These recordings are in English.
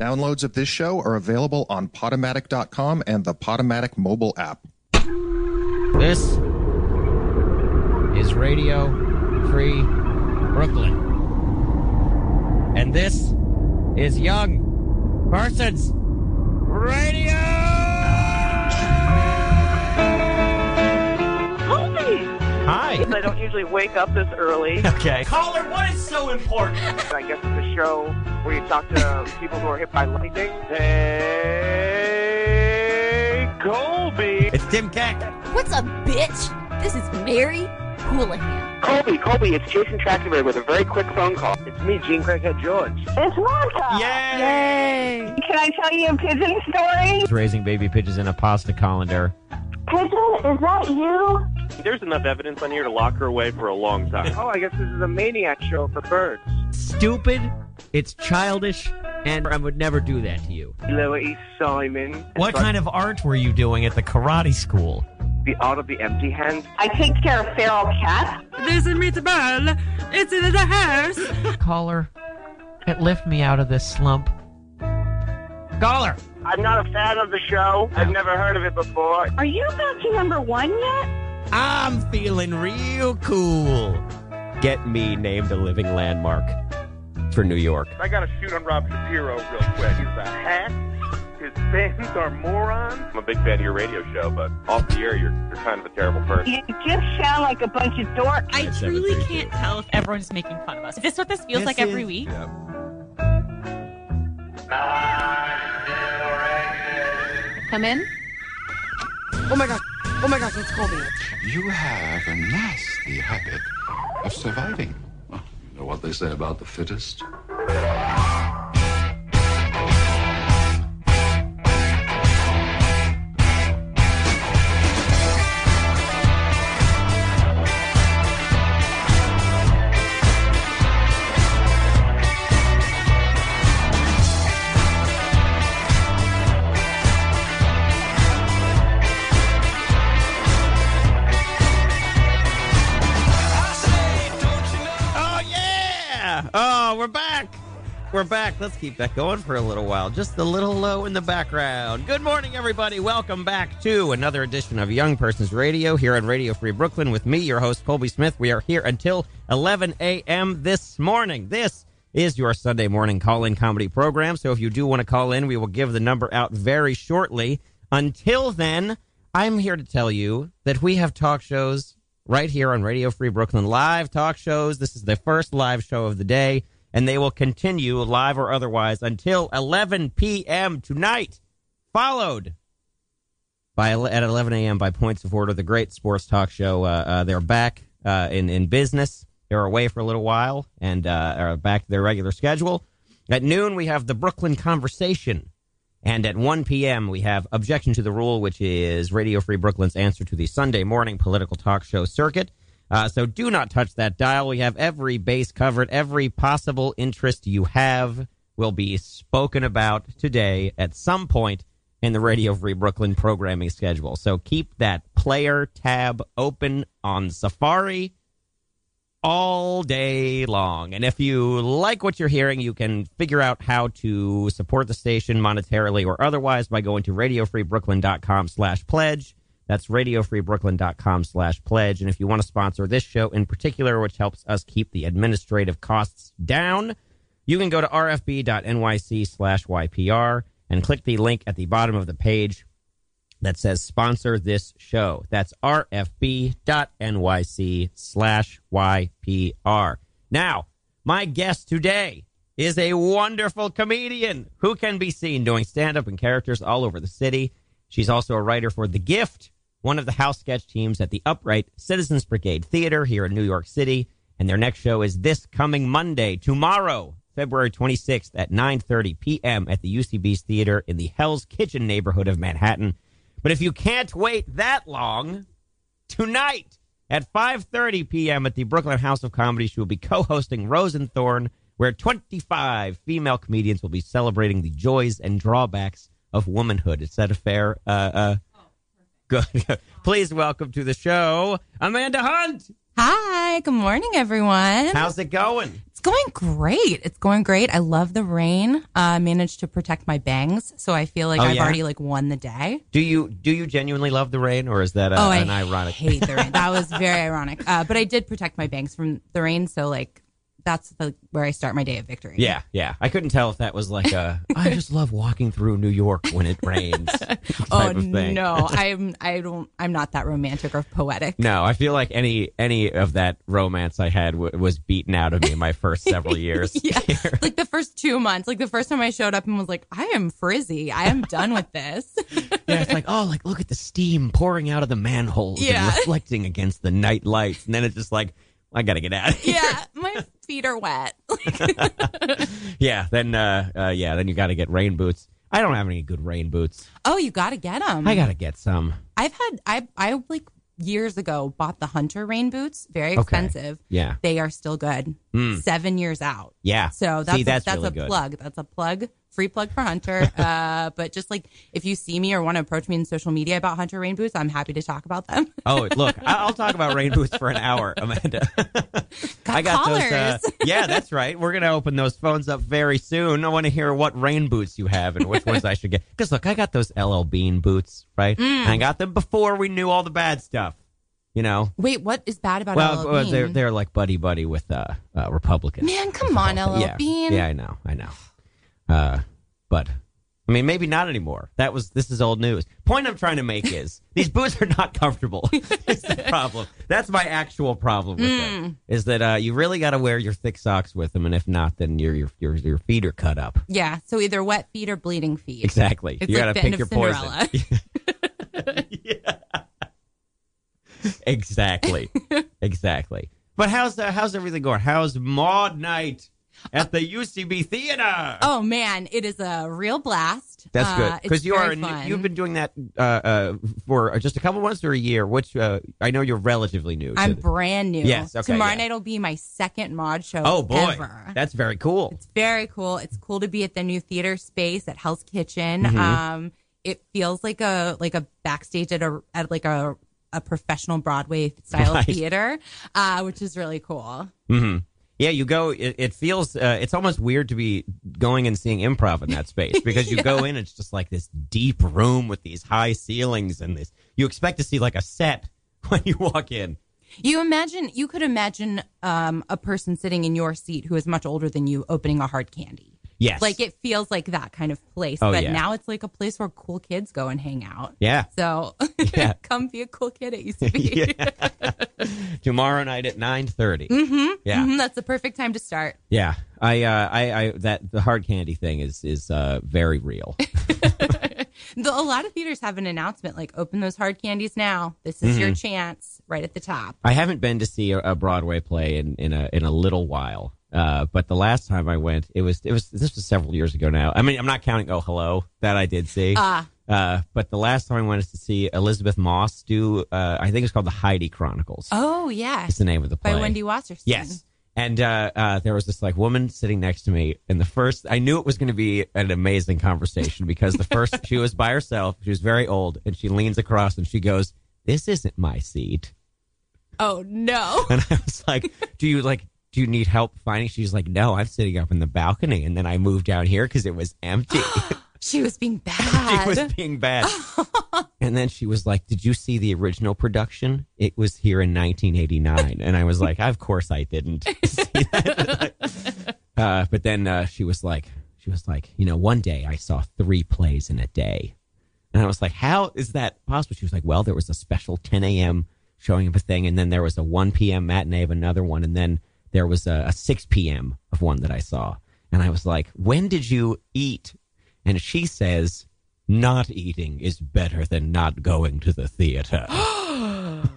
Downloads of this show are available on Potomatic.com and the Potomatic mobile app. This is Radio Free Brooklyn. And this is Young Persons Radio! Call me. Hi. I don't usually wake up this early. Okay. Caller, what is so important? I guess it's a show where you talk to people who are hit by lightning. Hey, Colby. It's Tim Keck. What's up, bitch? This is Mary Houlihan. Colby, Colby, it's Jason Trachtenberg with a very quick phone call. It's me, Gene Craighead George. It's Monica. Yay! Can I tell you a pigeon story? Raising baby pigeons in a pasta colander. Pigeon, is that you? There's enough evidence on here to lock her away for a long time. Oh, I guess this is a maniac show for birds. Stupid. It's childish. And I would never do that to you. Louis E Simon. What kind of art were you doing at the karate school? The art of the empty hand. I take care of feral cats. There's a meatball. It's in the house. Caller, it lift me out of this slump. Caller, I'm not a fan of the show. I've never heard of it before. Are you about to number one yet? I'm feeling real cool. Get me named a living landmark for New York. I gotta shoot on Rob Shapiro real quick. He's a hack. His fans are morons. I'm a big fan of your radio show, but off the air, you're, you're kind of a terrible person. You just sound like a bunch of dorks. I That's truly everything. can't tell if everyone's making fun of us. Is this what this feels This like every is- week? Come in. You have a nasty habit of surviving. Well, you know what they say about the fittest? Oh yeah! Oh, we're back. We're back. Let's keep that going for a little while. Just a little low in the background. Good morning, everybody. Welcome back to another edition of Young Persons Radio here on Radio Free Brooklyn with me, your host Colby Smith. We are here until 11 a.m. this morning. This is your Sunday morning call-in comedy program. So if you do want to call in, we will give the number out very shortly. Until then, I'm here to tell you that we have talk shows right here on Radio Free Brooklyn live talk shows. This is the first live show of the day, and they will continue live or otherwise until 11 p.m. tonight, followed by at 11 a.m. by Points of Order, the great sports talk show. Uh, uh, they're back uh, in in business. They're away for a little while and uh, are back to their regular schedule. At noon, we have the Brooklyn Conversation. And at 1 p.m., we have Objection to the Rule, which is Radio Free Brooklyn's answer to the Sunday morning political talk show circuit. Uh, so do not touch that dial. We have every base covered. Every possible interest you have will be spoken about today at some point in the Radio Free Brooklyn programming schedule. So keep that player tab open on Safari all day long. And if you like what you're hearing, you can figure out how to support the station monetarily or otherwise by going to radiofreebrooklyn.com slash pledge. That's radiofreebrooklyn.com slash pledge. And if you want to sponsor this show in particular, which helps us keep the administrative costs down, you can go to rfb.nyc slash YPR and click the link at the bottom of the page that says sponsor this show. That's rfb.nyc slash YPR. Now, my guest today is a wonderful comedian who can be seen doing stand up and characters all over the city. She's also a writer for The Gift, one of the house sketch teams at the Upright Citizens Brigade Theater here in New York City. And their next show is this coming Monday, tomorrow, February 26th at 9:30 p.m. at the UCB's Theater in the Hell's Kitchen neighborhood of Manhattan. But if you can't wait that long, tonight at 5.30 p.m. at the Brooklyn House of Comedy, she will be co-hosting Rosenthorn, where 25 female comedians will be celebrating the joys and drawbacks of womanhood. Is that a fair? Oh, Uh, uh, good. Please welcome to the show, Amanda Hunt. Hi, good morning, everyone. How's it going? It's going great. It's going great. I love the rain. Uh, I managed to protect my bangs, so I feel like Oh, I've yeah? already like won the day. Do you do you genuinely love the rain, or is that a, oh, Uh, an I ironic? hate the rain. That was very ironic. Uh, but I did protect my bangs from the rain, so like that's the, where I start my day of victory. Yeah, yeah. I couldn't tell if that was like a. I just love walking through New York when it rains. type Oh of thing. no, I'm I don't I'm not that romantic or poetic. No, I feel like any any of that romance I had w- was beaten out of me my first several years. Like the first two months, like the first time I showed up and was like, I am frizzy. I am done with this. Yeah, it's like, oh, like look at the steam pouring out of the manholes Yeah. and reflecting against the night lights, and then it's just like, I gotta get out. of here. yeah, my feet are wet. yeah, then uh, uh, yeah, then you gotta get rain boots. I don't have any good rain boots. Oh, you got to get them. I gotta get some. I've had I I like years ago bought the hunter rain boots. Very Okay. expensive. Yeah. they are still good. Hmm. Seven years out. Yeah. See, So that's a, that's that's, really a good. plug. That's a plug. Free plug for Hunter. uh, but just like if you see me or want to approach me in social media about Hunter rain boots, I'm happy to talk about them. Oh, look, I- I'll talk about rain boots for an hour, Amanda. I got those. Uh, collars. yeah, that's right. We're gonna open those phones up very soon. I want to hear what rain boots you have and which ones I should get. Because look, I got those LL Bean boots, right? Mm. And I got them before we knew all the bad stuff. You know. Wait, what is bad about well, LL well, Bean? they're they're like buddy buddy with uh, uh Republicans. Man, come on, LL yeah, Bean. yeah, I know, I know. Uh, but I mean, maybe not anymore. That was this is old news. Point I'm trying to make is these boots are not comfortable. That's the problem. That's my actual problem with Mm. them is that uh, you really got to wear your thick socks with them, and if not, then your your your, your feet are cut up. Yeah, so either wet feet or bleeding feet. Exactly. It's You gotta like the pick end your of poison. Cinderella. Exactly, exactly. But how's uh, how's everything going? How's Maud Night at the UCB Theater? oh man, it is a real blast. That's Uh, good it's because you are very a new- fun. you've been doing that uh, uh, for just a couple months or a year, which uh, I know you're relatively new. to I'm the- brand new. Yes, okay, Tomorrow yeah. night will be my second mod show. oh boy, ever. that's very cool. It's very cool. It's cool to be at the new theater space at Hell's Kitchen. Mhm. Um, it feels like a like a backstage at a at like a a professional Broadway style Right. theater, uh, which is really cool. hmm Yeah, you go. It, it feels uh, it's almost weird to be going and seeing improv in that space because you go in, it's just like this deep room with these high ceilings and this. You expect to see like a set when you walk in. You imagine you could imagine um, a person sitting in your seat who is much older than you opening a hard candy. Yes. Like it feels like that kind of place, Oh, but yeah. now it's like a place where cool kids go and hang out. Yeah. So Yeah. come be a cool kid at UCB. Tomorrow night at nine thirty. Mm-hmm. Yeah. Mhm. That's the perfect time to start. Yeah, I, uh, I, I, that the hard candy thing is is uh, very real. The, a lot of theaters have an announcement like open those hard candies now. This is your Mhm. chance right at the top. I haven't been to see a, a Broadway play in, in a in a little while. Uh, but the last time I went, it was it was this was several years ago now. I mean, I'm not counting. Oh, hello, that I did see. Ah. Uh, but the last time I went is to see Elizabeth Moss do. Uh, I think it's called the Heidi Chronicles. Oh, yeah. It's the name of the play. By Wendy Wasserstein. Yes. And uh, uh, there was this like woman sitting next to me, and the first I knew it was going to be an amazing conversation because the first she was by herself, she was very old, and she leans across and she goes, "This isn't my seat." Oh, no. And I was like, "Do you like? Do you need help finding?" She's like, "No, I'm sitting up in the balcony." And then I moved down here because it was empty. She was being she bad. was being bad. and then she was like, "Did you see the original production? It was here in 1989." And I was like, "Of course I didn't." see that." uh, but then uh, she was like, "She was like, you know, one day I saw three plays in a day." And I was like, how is that possible? She was like, well, there was a special 10 a.m. showing of a thing, and then there was a 1 p.m. matinee of another one, and then there was a, a 6 p.m. of one that I saw. And I was like, when did you eat? And she says, not eating is better than not going to the theater. oh,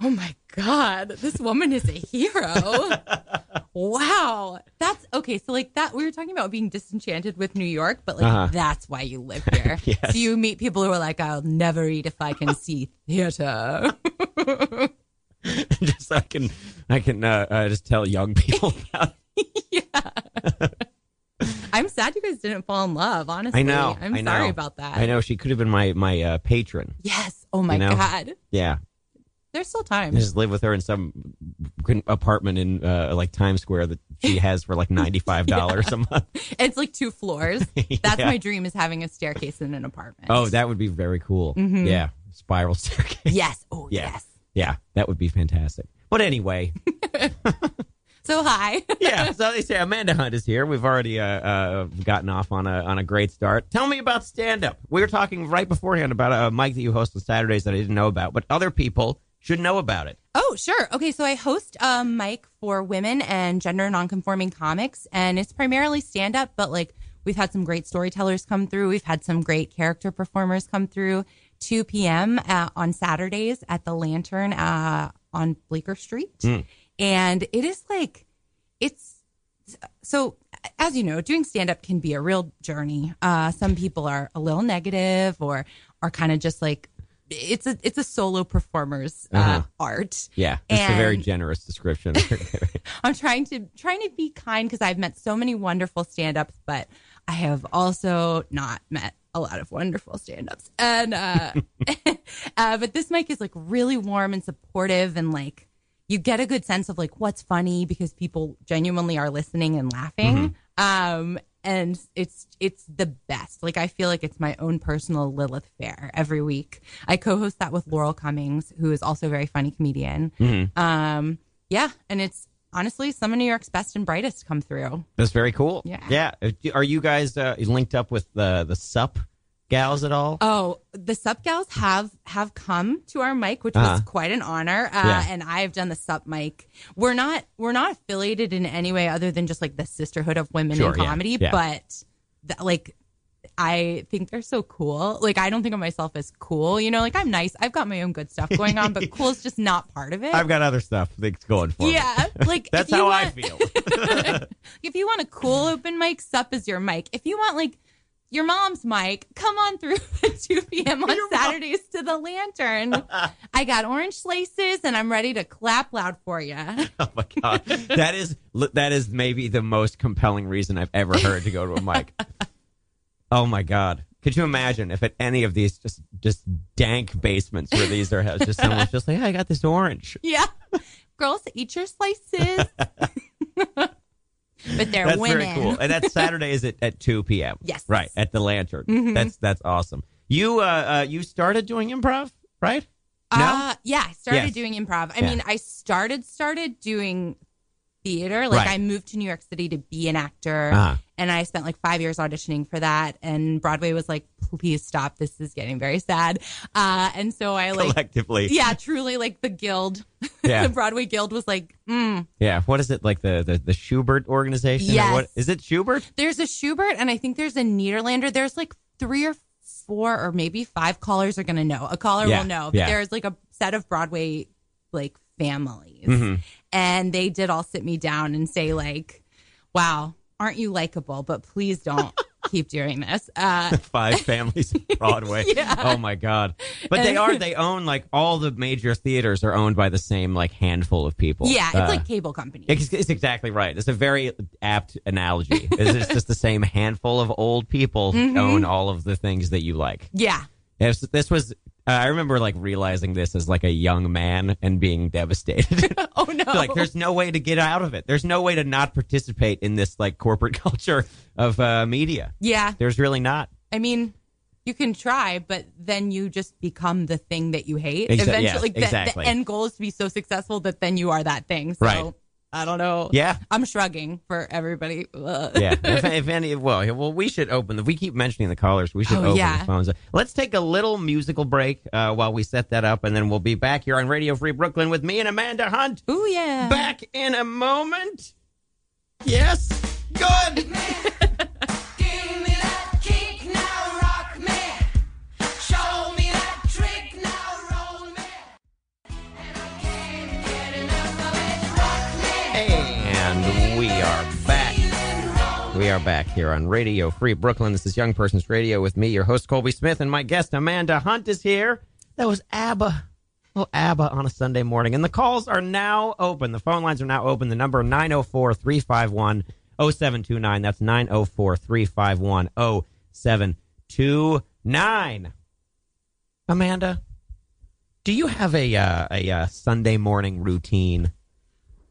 my God. This woman is a hero. wow. That's okay. So, like that, we were talking about being disenchanted with New York, but like Uh-huh. that's why you live here. Yes. So, you meet people who are like, I'll never eat if I can see theater. just so I can, I can uh, uh, just tell young people. I'm sad you guys didn't fall in love, honestly. I know. I'm I know. sorry about that. I know she could have been my my uh, patron. Yes. Oh my You know? God. Yeah. There's still time. I just live with her in some apartment in uh, like Times Square that she has for like ninety five dollars a month. It's like two floors. That's Yeah. my dream is having a staircase in an apartment. Oh, that would be very cool. Mhm. Yeah, spiral staircase. Yes. Oh, Yeah. yes. Yeah, that would be fantastic. But anyway, So hi. yeah. So they say Amanda Hunt is here. We've already uh, uh, gotten off on a on a great start. Tell me about stand up. We were talking right beforehand about a mic that you host on Saturdays that I didn't know about, but other people should know about it. Oh, sure. Okay, so I host a mic for women and gender nonconforming comics, and it's primarily stand up, but like we've had some great storytellers come through. We've had some great character performers come through. 2 p.m. Uh, on Saturdays at the Lantern uh, on Bleecker Street. And it is like, it's so as you know doing stand up can be a real journey uh some people are a little negative or are kind of just like it's a it's a solo performer's uh Uh-huh. art Yeah, it's a very And- generous description. Mm-hmm. i'm trying to trying to be kind because i've met so many wonderful stand ups but i have also not met a lot of wonderful stand ups and uh uh, but this mic is like really warm and supportive and like you get a good sense of like what's funny because people genuinely are listening and laughing um and it's it's the best like i feel like it's my own personal lilith fair every week i co-host that with laurel cummings who is also a very funny comedian Mhm. um yeah and it's honestly some of new york's best and brightest come through That's very cool. Yeah. Yeah. Are you guys uh, linked up with the the sup gals at all? Oh, the sup gals have have come to our mic, which was Uh-huh. quite an honor. Uh, Yeah. And I've done the sup mic. We're not we're not affiliated in any way other than just like the sisterhood of women Sure, in yeah, comedy. yeah. But th- like, I think they're so cool. Like, I don't think of myself as cool. You know, like I'm nice. I've got my own good stuff going on, but cool is just not part of it. I've got other stuff that's going for me. yeah, like That's if you how want, I feel. if you want a cool Mm. open mic, sup is your mic. If you want like your mom's mic, come on through at 2 p.m. on Saturdays to the lantern. I got orange laces and I'm ready to clap loud for you. Oh my god, that is that is maybe the most compelling reason I've ever heard to go to a mic. oh my god, could you imagine if at any of these just just dank basements where these are housed, just someone's just like, hey, I got this orange. Yeah. Girls, eat your slices. but they're that's women. very cool, and that's Saturdays at, at two p.m. Yes. right at the Lantern. Mhm. That's that's awesome. You uh, uh you started doing improv, right? Uh, yeah, I started Yes. doing improv. I Yeah. mean, I started started doing theater. Like Right. I moved to New York City to be an actor, Uh-huh. and I spent like five years auditioning for that. And Broadway was like, "Please stop. This is getting very sad." Uh, and so I like, Collectively, yeah, truly, like the guild, Yeah. the Broadway guild was like, mm. yeah. What is it like the the, the Schubert organization? or Yes. What is it Schubert? "There's a Schubert, and I think there's a Niederlander. There's like three or four, or maybe five callers are gonna know. A caller Yeah, will know. But yeah. There's like a set of Broadway like families." Mhm. and they did all sit me down and say like wow aren't you likable but please don't keep doing this uh five families in Broadway. Yeah. Oh my god! But they And- are they own like all the major theaters are owned by the same like handful of people. yeah it's Uh, like cable company it's, it's exactly right. It's a very apt analogy. It's, it's just the same handful of old people Mhm. own all of the things that you like. yeah This, this was uh, I remember like realizing this as like a young man and being devastated. oh no like there's no way to get out of it. There's no way to not participate in this like corporate culture of uh, media. yeah There's really not. i mean you can try but then you just become the thing that you hate Exa- yes, eventually like, the, exactly. the end goal is to be so successful that then you are that thing so Right. i don't know Yeah. i'm shrugging for everybody Ugh. yeah. If, if any, well, well, we should open the. We keep mentioning the callers. We should Oh, open yeah. the phones. Let's take a little musical break uh, while we set that up, and then we'll be back here on Radio Free Brooklyn with me and Amanda Hunt. Ooh, yeah Back in a moment. Yes. Good. And we are back. We are back here on Radio Free Brooklyn. This is Young Persons Radio with me, your host Colby Smith, and my guest Amanda Hunt is here. That was ABBA. Well, ABBA on a Sunday morning. And the calls are now open. The phone lines are now open. The number 904 351 0729. That's 904 351 0729. Amanda, Do you have a uh, a uh, Sunday morning routine?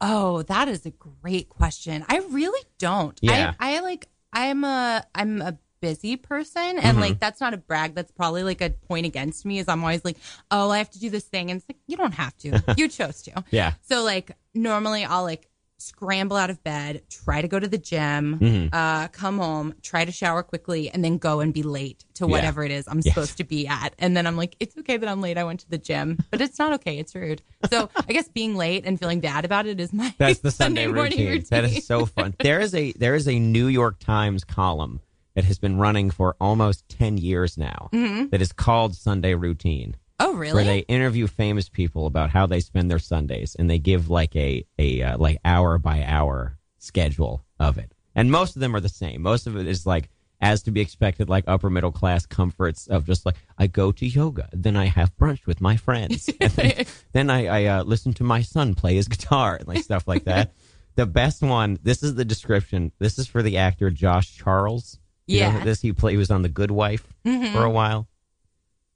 Oh, that is a great question. I really don't. Yeah. I, I like I'm a I'm a busy person and Mhm. like that's not a brag. That's probably like a point against me is I'm always like, Oh, I have to do this thing and it's like you don't have to. you chose to. Yeah. So like normally I'll like scramble out of bed, try to go to the gym, Mhm. uh, come home, try to shower quickly, and then go and be late to Yeah. whatever it is I'm Yes. supposed to be at. And then I'm like, it's okay that I'm late. I went to the gym, but it's not okay. It's rude. So I guess being late and feeling bad about it is my That's the Sunday, morning routine. That is so fun. There is a there is a New York Times column that has been running for almost ten years now. Mhm. that is called Sunday Routine. Oh, Where really? they interview famous people about how they spend their Sundays, and they give like a a uh, like hour by hour schedule of it. And most of them are the same. Most of it is like as to be expected, like upper middle class comforts of just like I go to yoga, then I have brunch with my friends, and then, then I, I uh, listen to my son play his guitar and like stuff like that. the best one. This is the description. This is for the actor Josh Charles. You know Yeah. this he play. He was on The Good Wife Mhm. for a while.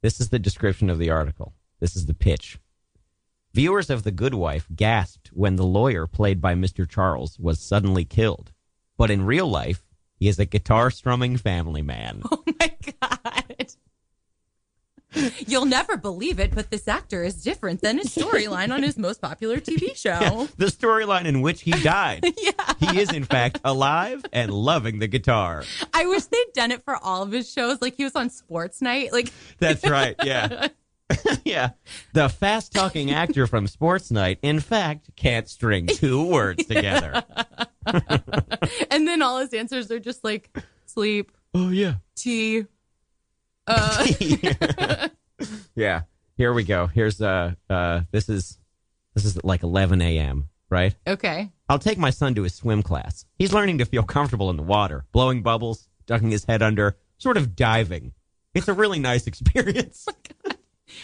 This is the description of the article. This is the pitch. Viewers of The Good Wife gasped when the lawyer played by Mr. Charles was suddenly killed. But in real life, he is a guitar strumming family man. Oh, You'll never believe it, but this actor is different than his storyline on his most popular TV show. Yeah, the storyline in which he died. He is, in fact, alive and loving the guitar. I wish they'd done it for all of his shows. Like he was on Sports Night. Like That's right. Yeah. yeah. The fast talking actor from Sports Night, in fact, can't string two words together. and then all his answers are just like sleep. Oh yeah. Tea. Uh, Yeah. Here we go. Here's uh uh this is this is like 11 a.m. right? okay. I'll take my son to his swim class. He's learning to feel comfortable in the water, blowing bubbles, ducking his head under, sort of diving. It's a really nice experience.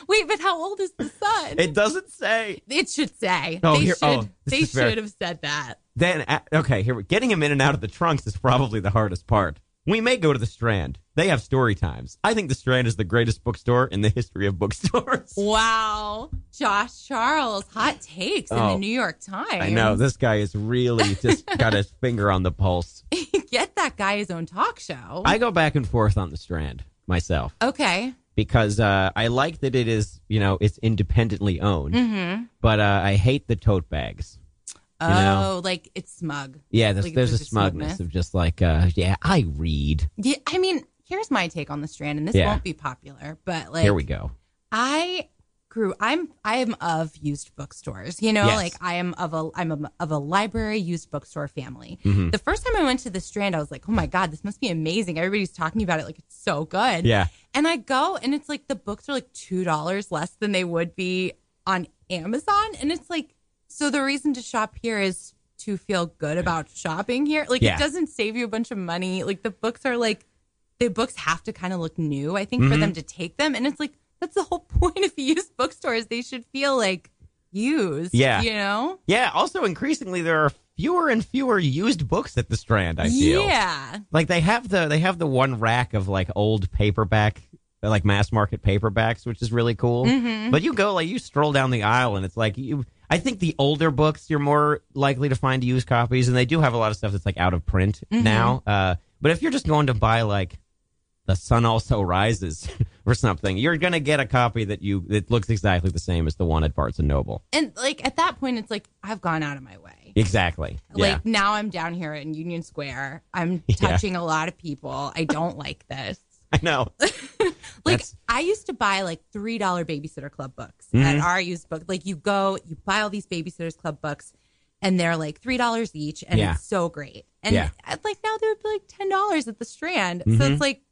Wait, but how old is the son? It doesn't say. It should say. Oh, they here- should. oh, this they is should very- have said that. Then, a- okay, here we getting him in and out of the trunks is probably the hardest part. We may go to the Strand. They have story times. I think the Strand is the greatest bookstore in the history of bookstores. Wow, Josh Charles, hot takes in Oh, the New York Times. I know this guy is really just got his finger on the pulse. Get that guy his own talk show. I go back and forth on the Strand myself okay. because uh, I like that it is, you know, it's independently owned, Mm-hmm. but uh, I hate the tote bags. Oh, You know? like it's smug. Yeah, there's, Like, there's, a smugness of just like, uh, yeah, I read. Yeah, I mean, here's my take on the Strand, and this Yeah. won't be popular, but like Here we go. I grew. I'm I am of used bookstores. You know, Yes. like I am of a I'm a, of a library used bookstore family. Mhm. The first time I went to the Strand, I was like, oh my god, this must be amazing. Everybody's talking about it, like it's so good. Yeah. And I go, and it's like the books are like two dollars less than they would be on Amazon, and it's like so the reason to shop here is to feel good about shopping here. Like Yeah. it doesn't save you a bunch of money. Like the books are like the books have to kind of look new, I think, for Mhm. them to take them. And it's like that's the whole point of used bookstores. They should feel like used. Yeah. You know? Yeah, also increasingly there are fewer and fewer used books at the Strand, I feel. Yeah. Like they have the they have the one rack of like old paperback like mass market paperbacks, which is really cool. Mhm. But you go like you stroll down the aisle and it's like you I think the older books you're more likely to find used copies and they do have a lot of stuff that's like out of print Mhm. now. Uh but if you're just going to buy like the sun also rises or something, you're gonna get a copy that you that looks exactly the same as the one at Barnes and Noble. And like at that point, it's like I've gone out of my way. Exactly. yeah. Like now I'm down here in Union Square. I'm Yeah. touching a lot of people. I don't like this. I know. Like I used to buy like three dollar babysitter club books at Mhm. our used book. Like you go, you buy all these babysitters club books, and they're like three dollars each, and Yeah. it's so great. And Yeah. I'd like now they would be like ten dollars at the Strand. So Mhm. it's like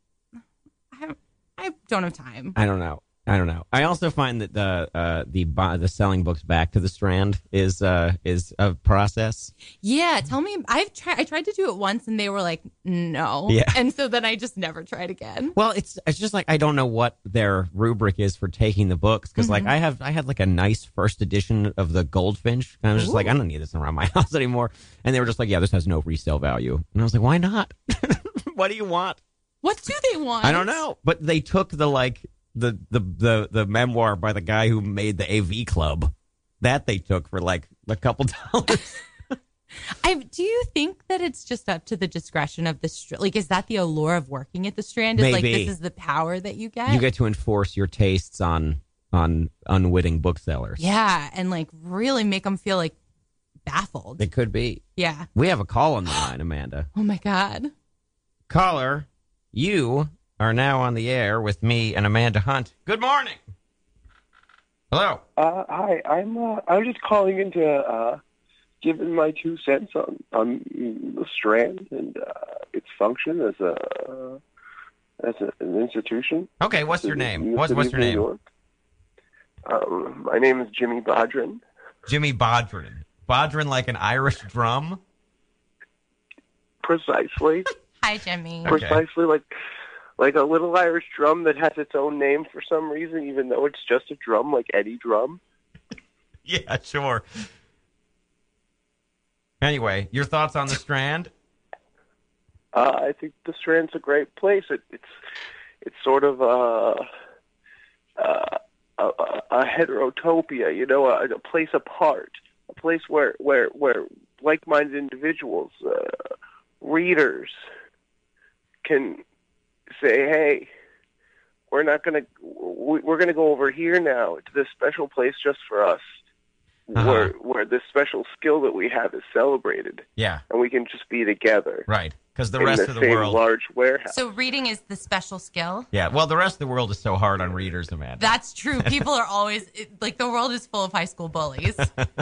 I don't, I don't have time. I don't know. I don't know. I also find that the uh, the bu- the selling books back to the Strand is uh, is a process. Yeah, tell me. I've tried. I tried to do it once, and they were like, no. Yeah. And so then I just never tried again. Well, it's it's just like I don't know what their rubric is for taking the books because like Mhm. I have I had like a nice first edition of the Goldfinch and I was just like I don't need this around my house anymore and they were just like yeah this has no resale value and I was like why not what do you want What do they want? I don't know but they took the like the, the the the memoir by the guy who made the AV Club. That they took for like a couple dollars. I do you think that it's just up to the discretion of the strand? Like, is that the allure of working at the strand? Is like Maybe. this is the power that you get. you get to enforce your tastes on on unwitting booksellers. yeah, and like really make them feel like baffled. It could be. Yeah. We have a call on the line, Amanda. Oh my god. Caller, you are now on the air with me and Amanda Hunt. Good morning. Hello. Uh, hi, I'm. Uh, I'm just calling in to uh, give in my two cents on on the Strand and uh, its function as a as a, an institution. Okay, what's your In- name? in the What's- city what's of your New name? York. Um, my name is Jimmy Bodrin. Jimmy Bodrin. Bodrin like an Irish drum. Precisely, Hi, Jimmy. precisely like like a little Irish drum that has its own name for some reason, even though it's just a drum, like any drum. Yeah, sure. Anyway, your thoughts on the Strand? Uh, I think the Strand's a great place. It, it's it's sort of a a, a, a heterotopia, you know, a, a place apart, a place where where where like-minded individuals, uh, readers, can say, "Hey, we're not gonna we- we're gonna go over here now to this special place just for us." Where where this special skill that we have is celebrated, Yeah, and we can just be together. right. Because the in rest the of the same world. large warehouse. So reading is the special skill. yeah, well, the rest of the world is so hard on readers, Amanda. That's true. People are always it- like the world is full of high school bullies.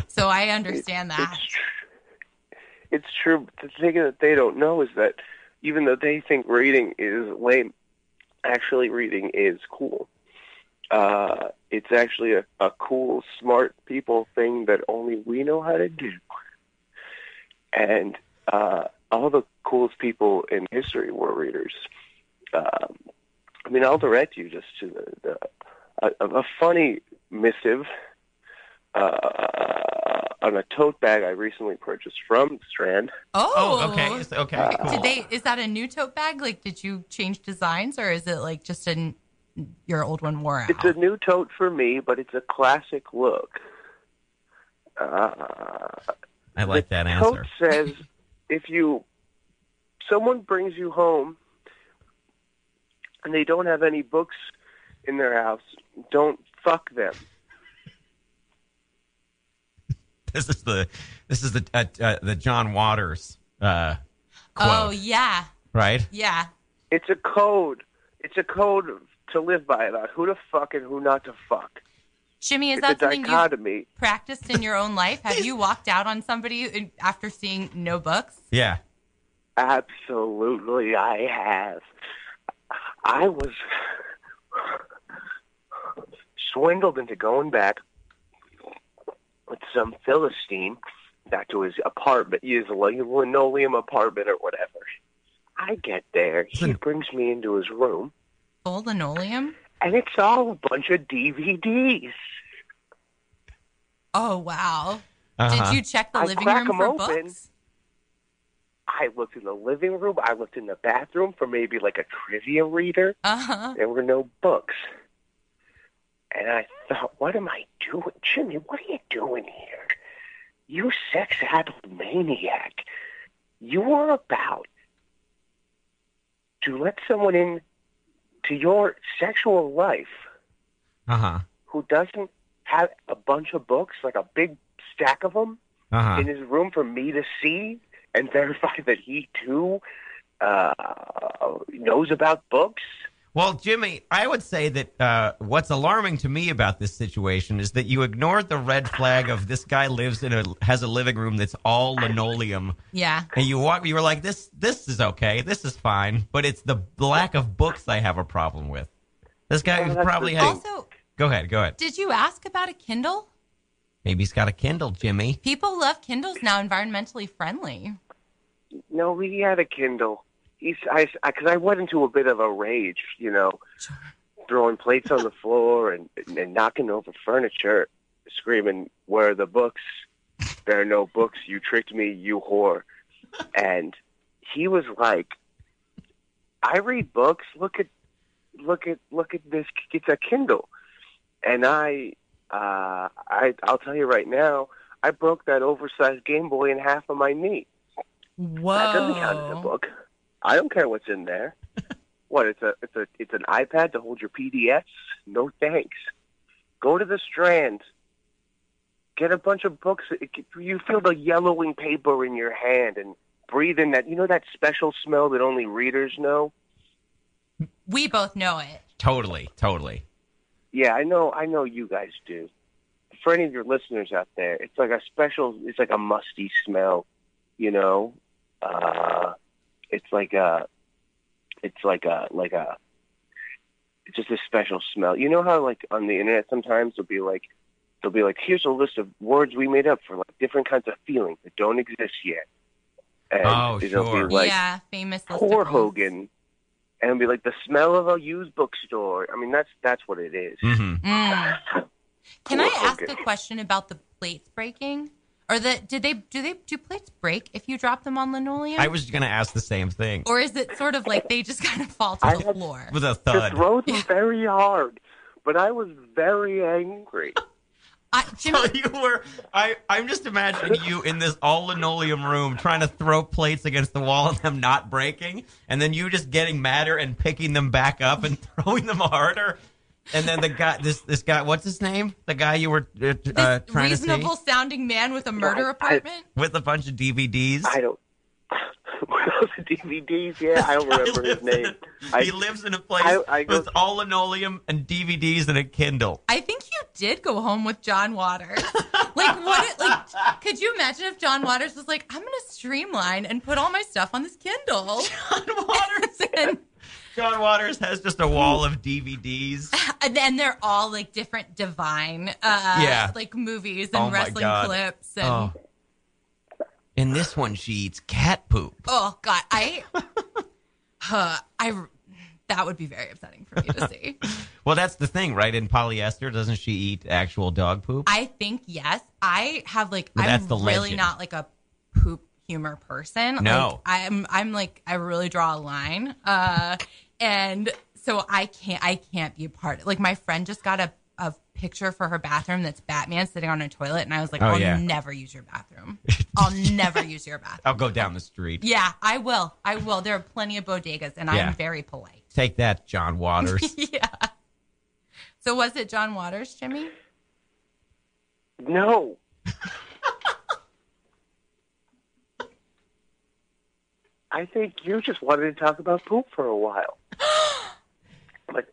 so I understand that. It's true. but The thing that they don't know is that even though they think reading is lame, actually reading is cool. Uh, it's actually a, a cool, smart people thing that only we know how to do. And uh, all the coolest people in history were readers. Um, I mean, I'll direct you just to the, the, a, a funny missive uh, on a tote bag I recently purchased from Strand. Oh, okay. Okay. Uh, Did they is that a new tote bag? Like did you change designs or is it like just an your old one wore out? It's a new tote for me, but it's a classic look. Uh, I like that tote answer. says if you someone brings you home and they don't have any books in their house, don't fuck them. This is the this is the uh, uh, the John Waters uh, Oh quote, yeah. right? Yeah. It's a code. It's a code to live by about who to fuck and who not to fuck. Jimmy, is it's that a something you dichotomy. practiced in your own life? Have you walked out on somebody in- after seeing no books? Yeah. Absolutely, I have. I was swindled into going back with some Philistine back to his apartment, his linoleum apartment or whatever. I get there, he brings me into his room, Full linoleum? and it's all a bunch of DVDs. Oh wow. Uh-huh. Did you check the I living crack room 'em for open. books? I looked in the living room, I looked in the bathroom for maybe like a trivia reader. Uh-huh. There were no books. And I thought, what am I doing? Jimmy, what are you doing here? You sex addled maniac. You were about to let someone in to your sexual life Uh huh. who doesn't have a bunch of books, like a big stack of them, Uh-huh. in his room for me to see and verify that he too uh, knows about books. Well, Jimmy, I would say that uh, what's alarming to me about this situation is that you ignored the red flag of this guy lives in a has a living room that's all linoleum, Yeah. and you walk. You were like, this this is okay, this is fine, but it's the lack of books I have a problem with. This guy Well, who's Oh, that's probably the had. thing. Also- go ahead, go ahead. Did you ask about a Kindle? Maybe he's got a Kindle, Jimmy. People love Kindles now, environmentally friendly. No, he had a Kindle. He's I because I, went into a bit of a rage, you know, throwing plates on the floor and, and knocking over furniture, screaming, "Where are the books? There are no books. You tricked me, you whore!" And he was like, "I read books. Look at look at look at this. It's a Kindle, and I, uh, I, I'll tell you right now, I broke that oversized Game Boy in half of my knee. Whoa! That doesn't count as a book. I don't care what's in there. what it's a it's a it's an iPad to hold your PDFs? No thanks. Go to the Strand. Get a bunch of books. It, you feel the yellowing paper in your hand and breathe in that. You know that special smell that only readers know. We both know it. Totally, totally. Yeah, I know. I know you guys do. For any of your listeners out there, it's like a special. It's like a musty smell. You know, uh, it's like a. It's like a like a. It's just a special smell. You know how like on the internet sometimes they'll be like, they'll be like, here's a list of words we made up for like different kinds of feelings that don't exist yet. And Oh, it'll be sure. like, yeah, famous. list poor of things. Hogan, and it'll be like the smell of a used bookstore. I mean, that's that's what it is. Hmm. Mm-hmm. Mm. Can I ask Hogan. a question about the plates breaking? Or the did they do they do plates break if you drop them on linoleum? I was going to ask the same thing Or is it sort of like they just kind of fall to the floor? with a To thud. throw them very hard, but I was very angry. So you were. I. I'm just imagining you in this all linoleum room trying to throw plates against the wall and them not breaking, and then you just getting madder and picking them back up and throwing them harder. And then the guy, this this guy, what's his name? The guy you were uh, uh, trying Reasonable to sounding man with a murder apartment? see with a bunch of DVDs. I don't. the DVDs, yeah, I don't remember his name. I, he lives in a place I- I go- with all linoleum and DVDs and a Kindle. I think you did go home with John Waters. like what? Like, could you imagine if John Waters was like, "I'm going to streamline and put all my stuff on this Kindle"? John Waters, and, John Waters has just a wall of DVDs. and then they're all like different divine, uh, Yeah. like movies and Oh my wrestling God. clips and. Oh. In this one, she eats cat poop. Oh God, I, huh, I, that would be very upsetting for me to see. Well, that's the thing, right? In polyester, doesn't she eat actual dog poop? I think yes, I have like Well, that's I'm the really legend. not like a poop humor person. No. like, I'm I'm like I really draw a line, uh, and so I can't I can't be a part. Like my friend just got a. A picture for her bathroom that's Batman sitting on a toilet, and I was like, Oh, "I'll yeah. never use your bathroom. I'll never use your bathroom." I'll go down the street. Yeah, I will. I will. There are plenty of bodegas, and Yeah. I'm very polite. Take that, John Waters. So was it John Waters, Jimmy? No. I think you just wanted to talk about poop for a while. But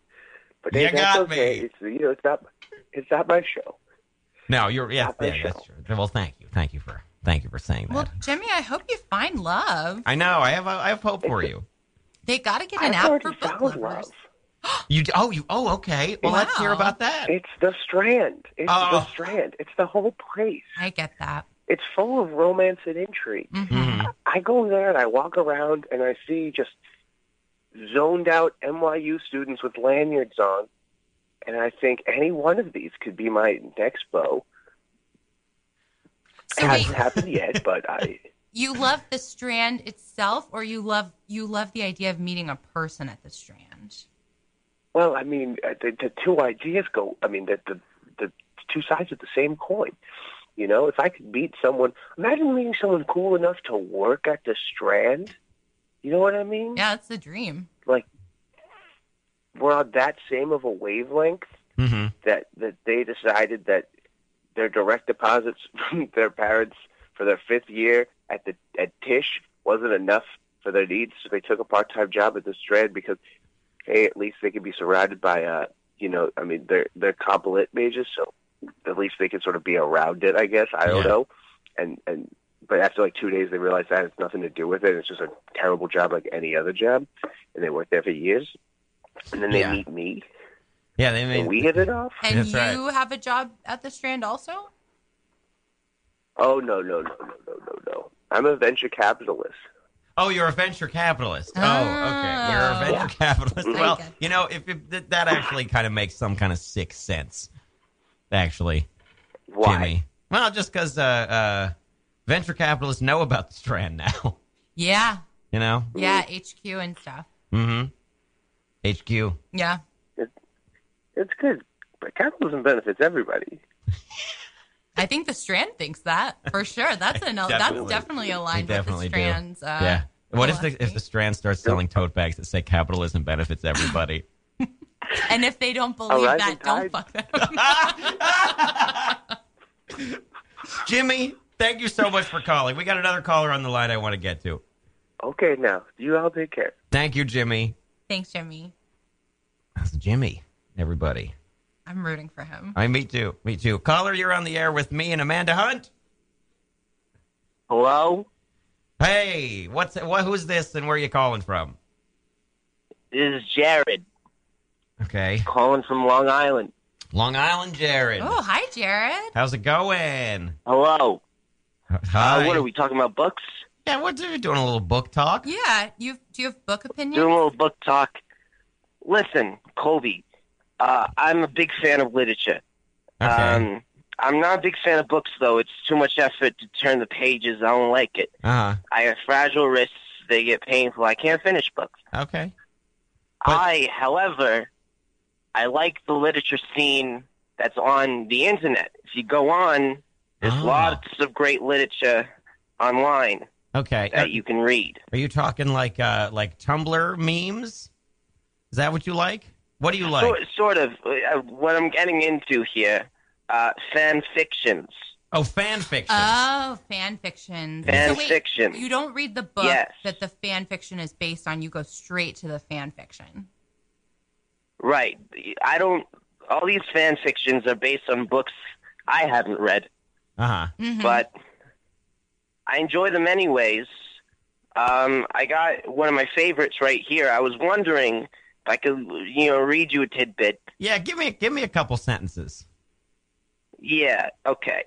but You hey, that's got me. okay. It's you know, it's not it's not my show. no, you're yeah, yeah that's true. Well, thank you, thank you for thank you for saying that. Well, Jimmy, I hope you find love. I know I have I have hope for you. They got to get an app for book lovers. You oh you oh okay. Well, let's hear about that. It's the Strand. It's the Oh. Strand. It's the whole place. I get that. Mm-hmm. It's full of romance and intrigue. Mhm. I go there and I walk around and I see just zoned out NYU students with lanyards on, and I think any one of these could be my next beau. So wait, Hasn't happened yet, but I you love the Strand itself, or you love you love the idea of meeting a person at the Strand? well, I mean, uh, the, the two ideas go. I mean, the, the the two sides of the same coin. You know, if I could meet someone, imagine meeting someone cool enough to work at the Strand. You know what I mean? Yeah, it's the dream. Like we're on that same of a wavelength. Mm-hmm. that that they decided that their direct deposits from their parents for their fifth year at the at Tish wasn't enough for their needs, so they took a part time job at the Strand because hey, at least they could be surrounded by uh you know I mean they're they're comp lit majors, so at least they could sort of be around it. I guess I don't Yeah. know, and and but after like two days they realized that it's nothing to do with it. It's just a terrible job like any other job, and they worked there for years, and then they Yeah. meet me. Yeah, they And made we hit it off. And That's right. you have a job at the Strand also? Oh no no no no no no no! I'm a venture capitalist. Oh, you're a venture capitalist. Oh, okay. You're Ah. a venture capitalist. Well, you know, if, if th- that actually kind of makes some kind of sixth sense, actually, Why? Jimmy. Well, just because uh, uh, venture capitalists know about the Strand now, Yeah, you know. yeah, HQ and stuff. Mm-hmm. HQ. Yeah. It's good. But capitalism benefits everybody. I think the Strand thinks that for sure. That's a no, Definitely. that's definitely aligned They definitely with the Strand's. do. Uh, yeah. What if the if the Strand starts selling tote bags that say capitalism benefits everybody? And if they don't believe rising that, don't fuck them. Jimmy, thank you so much for calling. We got another caller on the line I want to get to. Okay, now you all take care. Thank you, Jimmy. Thanks, Jimmy. That's Jimmy. Everybody. I'm rooting for him. I me too. Me too. Caller, you're on the air with me and Amanda Hunt. Hello. Hey, what's what? Who's this? And where are you calling from? This is Jared. Okay. Calling from Long Island. Long Island, Jared. Oh, hi, Jared. How's it going? Hello. Hi. Uh, what are we talking about? Books? Yeah, we're doing a little book talk. Yeah. You do you have book opinions? Doing a little book talk. Listen, Colby, uh, I'm a big fan of literature. Um, I'm not a big fan of books, though. It's too much effort to turn the pages. I don't like it. Uh I have fragile wrists. They get painful. I can't finish books. huh. Okay. I, however, I like the literature scene that's on the internet. If you go on, there's Ah. lots of great literature online Okay. Uh, that you can read. Are you talking like uh like Tumblr memes? Is that what you like? What do you like? Sort, sort of uh, what I'm getting into here uh, fan fictions. Oh, fan fiction. Oh, fan fiction. Fan so wait, fiction. You don't read the book Yes. that the fan fiction is based on. You go straight to the fan fiction. Right. I don't. All these fan fictions are based on books I haven't read. Uh huh. Mm-hmm. but I enjoy them anyways. Um, I got one of my favorites right here. I was wondering if I could, you know, read you a tidbit. Yeah, give me give me a couple sentences. Yeah, okay.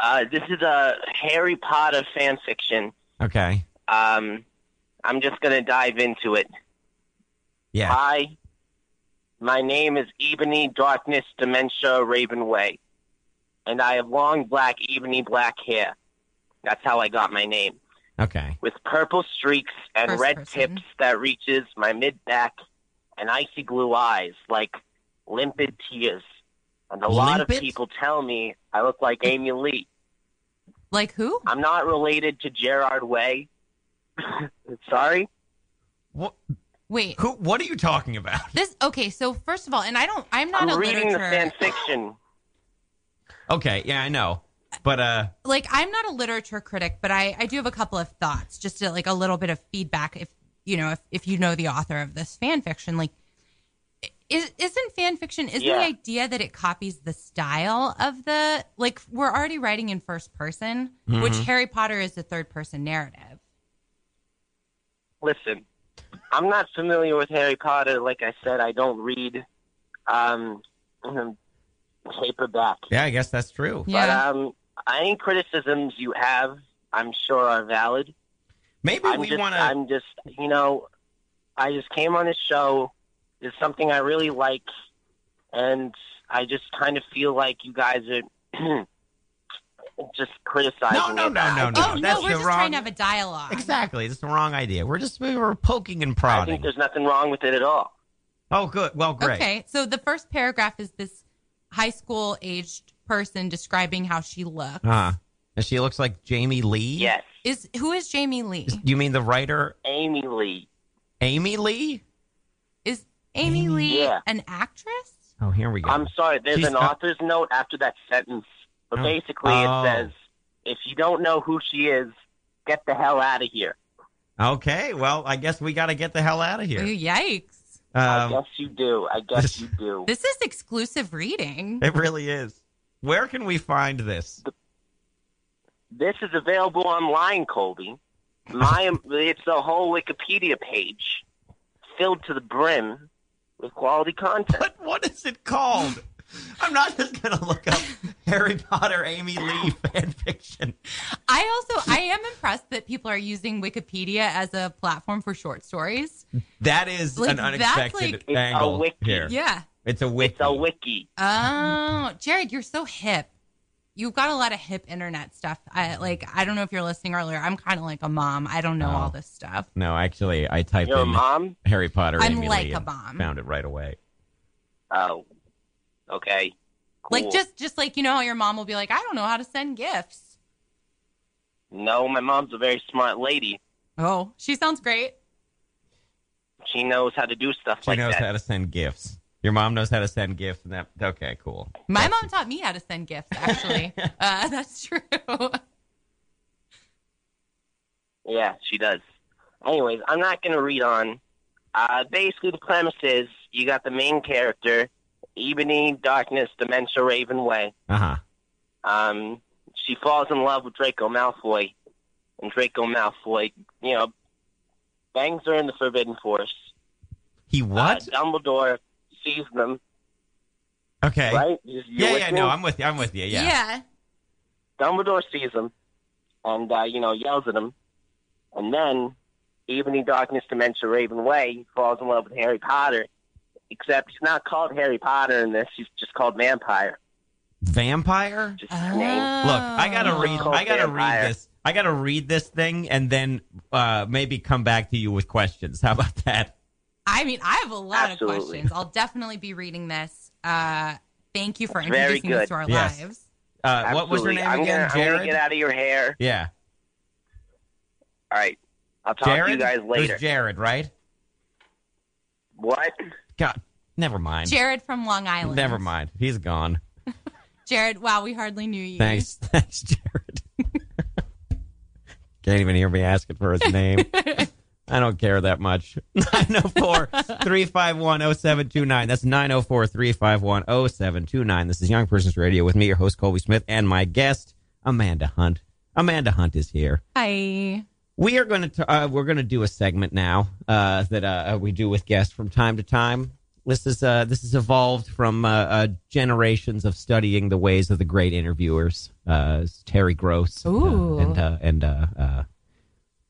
Uh, this is a Harry Potter fan fiction. Okay. Um, I'm just going to dive into it. Yeah. Hi, my name is Ebony Darkness Dementia Ravenway, and I have long black, ebony black hair. That's how I got my name. Okay. with purple streaks and First red person. tips that reaches my mid back and icy blue eyes like limpid tears. And a lot of Limpid? people tell me I look like Amy Lee. Like who? I'm not related to Gerard Way. Sorry? What Wait. Who? What are you talking about? This okay. So first of all, and I don't. I'm not a I'm reading the literature. fan fiction. Okay. Yeah, I know. But uh, like I'm not a literature critic, but I, I do have a couple of thoughts, just to, like a little bit of feedback. If you know, if, if you know the author of this fan fiction, like i- is, isn't fan fiction? Isn't Yeah. the idea that it copies the style of the like we're already writing in first person, which Mhm. Harry Potter is the third person narrative. Listen, I'm not familiar with Harry Potter. Like I said, I don't read um, paperback. yeah, I guess that's true. But um, any criticisms you have, I'm sure are valid. Maybe I'm we just- wanna- I'm just, you know, I just came on this show. It's something I really like, and I just kind of feel like you guys are just criticizing. No, no, it. no, no, no. oh That's no, we're the just wrong. trying to have a dialogue. Exactly. It's the wrong idea. We're just we were poking and I think prodding. there's nothing wrong with it at all. Oh, good. Well, great. Okay, so the first paragraph is this high school aged person describing how she looked. Uh, and she looks like Jamie Lee. Yes. Is who is Jamie Lee? You mean the writer Amy Lee? Amy Lee? Is Amy Lee Yeah. an actress? Oh, here we go. I'm sorry. There's She's an got- author's note after that sentence, but Oh. basically Oh. it says, "If you don't know who she is, get the hell out of here." Okay. Well, I guess we got to get the hell out of here. Ooh, yikes. I Um, guess you do. I guess you do. This is exclusive reading. It really is. Where can we find this? This is available online, Colby. My, it's a whole Wikipedia page filled to the brim with quality content. But what is it called? I'm not just gonna look up Harry Potter Amy Lee fan fiction. I also I am impressed that people are using Wikipedia as a platform for short stories. That is Like, an that's like- unexpected It's a angle wiki. here. Yeah. It's a wiki. It's a wiki. Oh, Jared, you're so hip. you've got a lot of hip internet stuff. I like I don't know if you're listening earlier. I'm kind of like a mom. I don't know Oh. all this stuff. No, actually, I typed You're a in mom? Harry Potter. I'm Amy like Lee a and mom. Found it right away. Oh, okay. Like just just like you know how your mom will be like, I don't know how to send gifts. No, my mom's a very smart lady. Oh, she sounds great. She knows how to do stuff She like knows that. how to send gifts. Your mom knows how to send gifts. And that okay, cool. My mom taught me how to send gifts. Actually, uh, that's true. Yeah, she does. Anyways, I'm not going to read on. Uh, basically, the premise is you got the main character, Ebony Darkness Dementia Raven Way. Uh huh. Um, she falls in love with Draco Malfoy, and Draco Malfoy, you know, bangs her in the Forbidden Forest. He what? Uh, Dumbledore sees them. okay. Uh, Right? You- you yeah, with yeah. me? No, I'm with you. I'm with you. Yeah. Dumbledore sees him and, uh, you know, yells at him. And then Ebony Darkness Dementia Raven Way falls in love with Harry Potter, except he's not called Harry Potter in this. He's just called Vampire. Vampire. Look, I Oh. gotta read. I gotta read this. I gotta read this thing and then uh, maybe come back to you with questions. How about that? I mean, I have a lot Absolutely. of questions. I'll definitely be reading this. Uh, thank you for It's very introducing us good. to our Yes. lives. Uh, what was her Absolutely. name I'm again? gonna- I'm Jared. gonna get out of your hair. yeah. All right. I'll talk Jared. to you guys later. Who's Jared, right? What? God, never mind. Jared from Long Island. Never mind. He's gone. Jared, wow, we hardly knew you. Thanks, thanks, Jared. Can't even hear me asking for his name. I don't care that much. 904 351 0729. That's 904 351 0729. This is Young Persons Radio with me, your host, Colby Smith, and my guest, Amanda Hunt. Amanda Hunt is here. Hi. We are going to uh, we're going to do a segment now uh, that uh, we do with guests from time to time. This is uh, this has evolved from uh, uh, generations of studying the ways of the great interviewers, uh, it's Terry Gross, and, uh, Ooh. and uh, and uh, uh,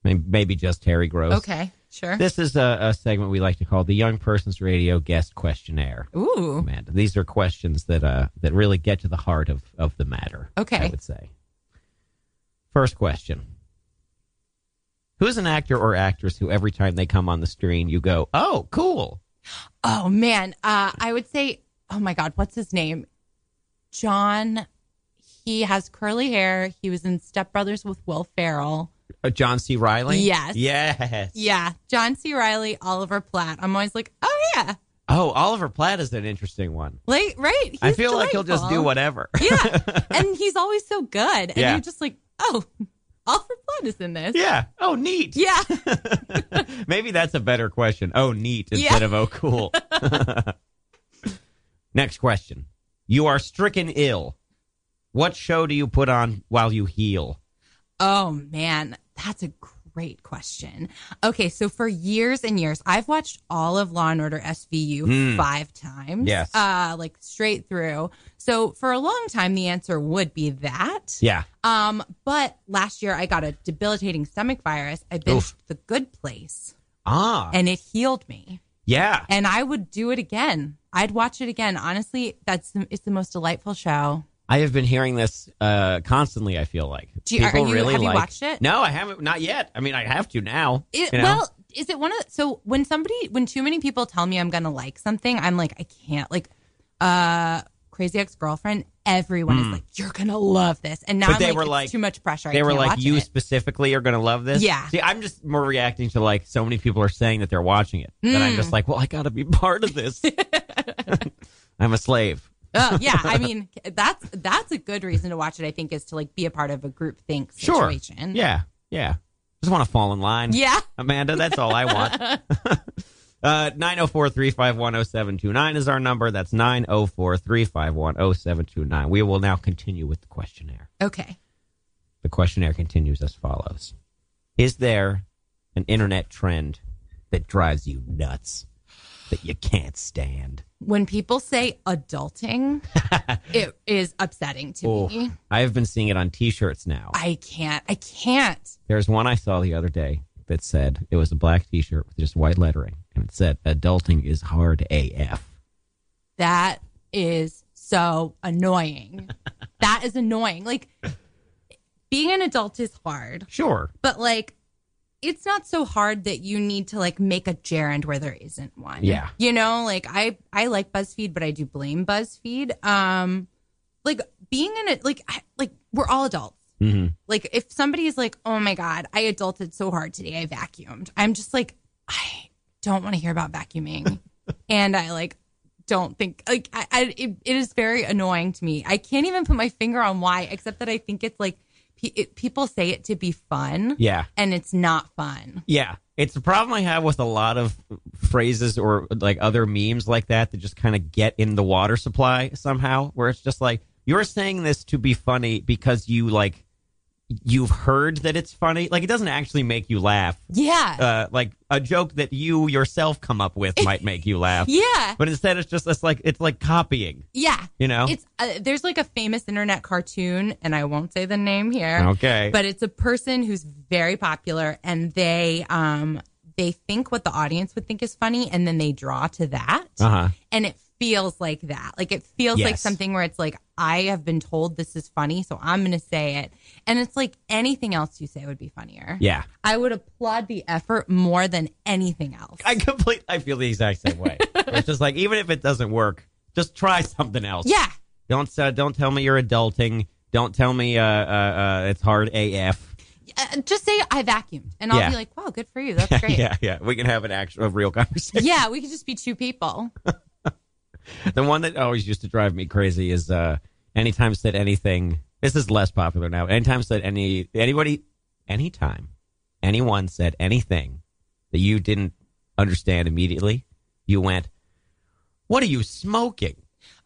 may- maybe just Terry Gross. Okay, sure. This is a, a segment we like to call the Young Persons Radio Guest Questionnaire. Ooh. Amanda, these are questions that uh, that really get to the heart of of the matter. Okay. I would say. First question: Who's an actor or actress who, every time they come on the screen, you go, "Oh, cool." Oh man, uh, I would say, oh my God, what's his name? John. He has curly hair. He was in Step Brothers with Will Ferrell. Uh, John C. Riley. Yes. Yes. Yeah, John C. Riley, Oliver Platt. I'm always like, oh yeah, Oh, Oliver Platt is an interesting one. like right. He's I feel like he'll just do delightful. whatever. and he's always so good. And Yeah. you're just like, oh, Oliver Platt is in this. Yeah. Oh, neat. Yeah. Maybe that's a better question. Oh, neat Yeah. instead of oh, cool. Next question. You are stricken ill. What show do you put on while you heal? Oh man, that's a great question. Okay, so for years and years, I've watched all of Law and Order SVU Hmm. Mm. five times. Yes. Uh, like straight through. So for a long time, the answer would be that. Yeah. Um, but last year I got a debilitating stomach virus. I binged Oof. The Good Place, Ah. and it healed me. yeah. And I would do it again. I'd watch it again. Honestly, that's the, it's the most delightful show. I have been hearing this uh, constantly, I feel like. Do you- are you- have you watched it? No, I haven't. Not yet. I mean, I have to now. It, you know? Well, is it one of the, so when somebody when too many people tell me I'm gonna like something, I'm like I can't like uh crazy ex girlfriend. Everyone is Mm. like you're gonna love this, and now But I'm they like, were it's like- too much pressure. I they were can't like, watch you it. specifically are going to love this. Yeah. See, I'm just more reacting to like so many people are saying that they're watching it. That I'm Mm. just like, well, I got to be part of this. I'm a slave. Oh, yeah, I mean that's that's a good reason to watch it. I think is to like be a part of a group think situation. Sure. Yeah. Yeah. Just want to fall in line. Mm. Yeah. Amanda, that's all I want. Uh, 904-351-0729 is our number. That's 904-351-0729. We will now continue with the questionnaire. okay. The questionnaire continues as follows. Is there an internet trend that drives you nuts that you can't stand? When people say adulting, it is upsetting to me. I have been seeing it on t-shirts now. I can't. I can't. There's one I saw the other day that said it was a black t-shirt with just white lettering and it said adulting is hard AF. That is so annoying. that is annoying. Like being an adult is hard. Sure. But like it's not so hard that you need to like make a gerund where there isn't one. Yeah. You know, like I I like BuzzFeed, but I do blame BuzzFeed. Um like being in it like I, like we're all adults. Mm-hmm. Like if somebody is like, "Oh my god, I adulted so hard today. I vacuumed." I'm just like, "I don't want to hear about vacuuming." and I like don't think like I, I it, it is very annoying to me. I can't even put my finger on why except that I think it's like pe- it, people say it to be fun. Yeah. And it's not fun. Yeah. It's the problem I have with a lot of phrases or like other memes like that that just kind of get in the water supply somehow, where it's just like, you're saying this to be funny because you like, you've heard that it's funny. Like, it doesn't actually make you laugh. Yeah. Uh, like a joke that you yourself come up with might make you laugh. Yeah. But instead, it's just, it's like, it's like copying. Yeah. You know? It's uh, there's like a famous internet cartoon and I won't say the name here. Okay. But it's a person who's very popular and they um they think what the audience would think is funny and then they draw to that. Uh-huh. And it feels like that. Like it feels like Yes. something where it's like I have been told this is funny, so I'm going to say it. And it's like anything else you say would be funnier. Yeah. I would applaud the effort more than anything else. I complete. I feel the exact same way. it's just like even if it doesn't work, just try something else. Yeah. Don't uh, don't tell me you're adulting. Don't tell me uh, uh, uh, it's hard AF. Uh, just say I vacuumed and I'll Yeah. be like, "Wow, good for you. That's great." yeah, yeah. We can have an actual, a real conversation. yeah, we could just be two people. The one that always used to drive me crazy is uh, anytime said anything. This is less popular now. Anytime said any anybody anytime anyone said anything that you didn't understand immediately, you went, "What are you smoking?"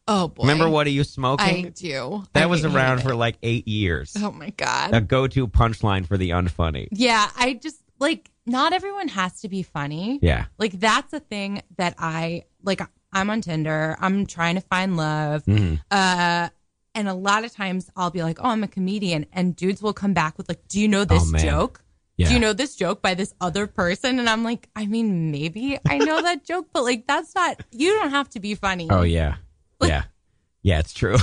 Oh boy. Remember what are you smoking? I do. That I was hate around it. for like eight years. Oh my god. A go-to punchline for the unfunny. yeah, I just like not everyone has to be funny. Yeah. Like that's a thing that I like I'm on Tinder. I'm trying to find love. Mhm. Uh and a lot of times I'll be like, "Oh, I'm a comedian." And dudes will come back with like, "Do you know this Oh, man. joke?" Yeah. Do you know this joke by this other person? And I'm like, I mean, maybe I know that joke, but like, that's not, you don't have to be funny. Oh yeah, yeah, yeah. It's true.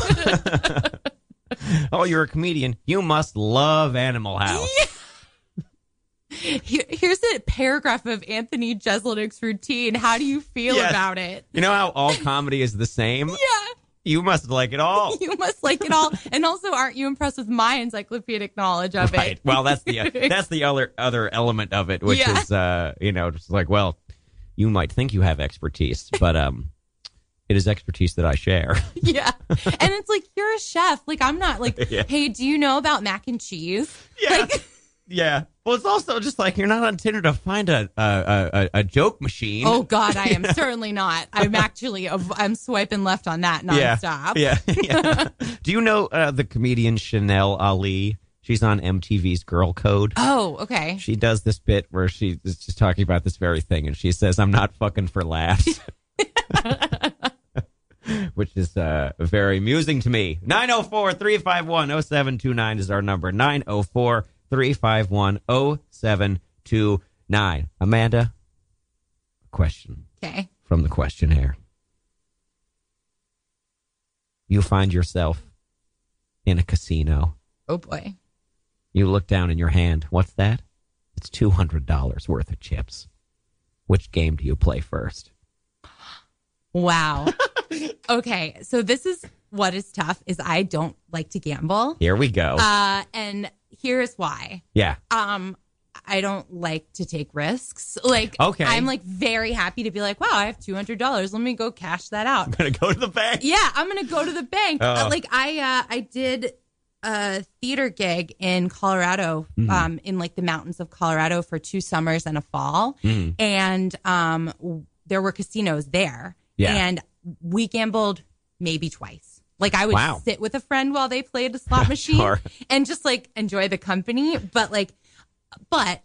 oh, you're a comedian. You must love Animal House. Here- here's a paragraph of Anthony Jeselnik's routine. How do you feel Yes. about it? You know how all comedy is the same. Yeah. You must like it all. You must like it all. And also, aren't you impressed with my encyclopedic knowledge of Right. it? Well, that's the uh, that's the other other element of it, which Yeah. is uh, you know, just like well, you might think you have expertise, but um, it is expertise that I share. yeah. And it's like, you're a chef. Like, I'm not like, Yeah. hey, do you know about mac and cheese? Yeah. Well, it's also just like you're not on Tinder to find a a, a, a joke machine. Oh, God, I am certainly not. I'm actually, av- I'm swiping left on that nonstop. Yeah. yeah. yeah. Do you know uh, the comedian Chanel Ali? She's on MTV's Girl Code. Oh, okay. She does this bit where she is just talking about this very thing, and she says, "I'm not fucking for laughs." Which is uh, very amusing to me. 904 351 0729 is our number. 904 351 0729. Amanda, question Okay. from the questionnaire. You find yourself in a casino. Oh, boy. You look down in your hand. What's that? It's $200 worth of chips. Which game do you play first? Wow. okay. So, this is what is tough is I don't like to gamble. Here we go. Uh, and here's why. yeah. um I don't like to take risks. Like Okay. I'm like very happy to be like, wow, I have two hundred dollars. Let me go cash that out. I'm going to go to the bank. yeah, I'm gonna go to the bank. Oh. Uh, like I uh I did a theater gig in Colorado, Mhm. um, in like the mountains of Colorado for two summers and a fall. Mm. And um w- there were casinos there. Yeah. And we gambled maybe twice. Like I would Wow. sit with a friend while they played a slot machine Sure. and just like enjoy the company. But like but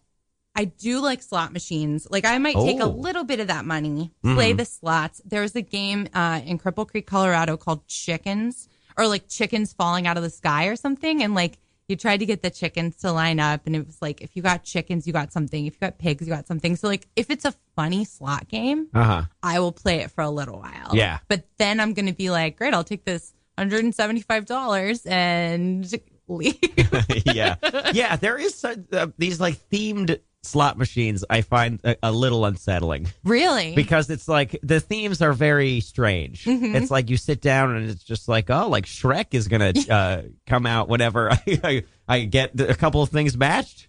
I do like slot machines. Like I might take a Oh. little bit of that money, play Mhm. the slots. There was a game uh, in Cripple Creek, Colorado called Chickens or like chickens falling out of the sky or something. And like you tried to get the chickens to line up. And it was like, if you got chickens, you got something. If you got pigs, you got something. So like if it's a funny slot game, Uh huh. I will play it for a little while. Yeah. But then I'm going to be like, great, I'll take this $175 and leave. yeah, yeah. There is some, uh, these like themed slot machines. I find a, a little unsettling Really? because it's like the themes are very strange. Mhm. It's like you sit down and it's just like, oh, like Shrek is gonna uh, come out whenever I, I, I get the- a couple of things matched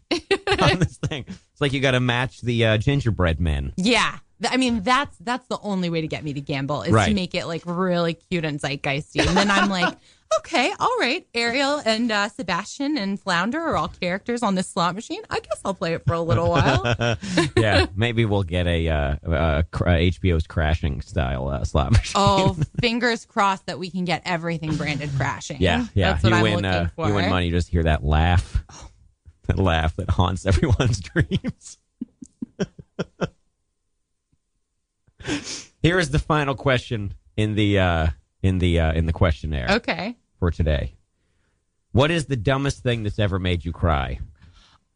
on this thing. It's like you got to match the uh, gingerbread men. yeah. Th- I mean, that's that's the only way to get me to gamble is Right. to make it like really cute and zeitgeisty. And then I'm like, okay, all right, Ariel and uh, Sebastian and Flounder are all characters on this slot machine. I guess I'll play it for a little while. yeah, maybe we'll get a uh, uh, cr- uh, HBO's crashing style uh, slot machine. Oh, fingers crossed that we can get everything branded crashing. Yeah, yeah. That's what you I'm win. looking uh, for. Oh. You win money. You just hear that laugh, that laugh that haunts everyone's dreams. Here is the final question in the uh, in the uh, in the questionnaire Okay. for today. What is the dumbest thing that's ever made you cry?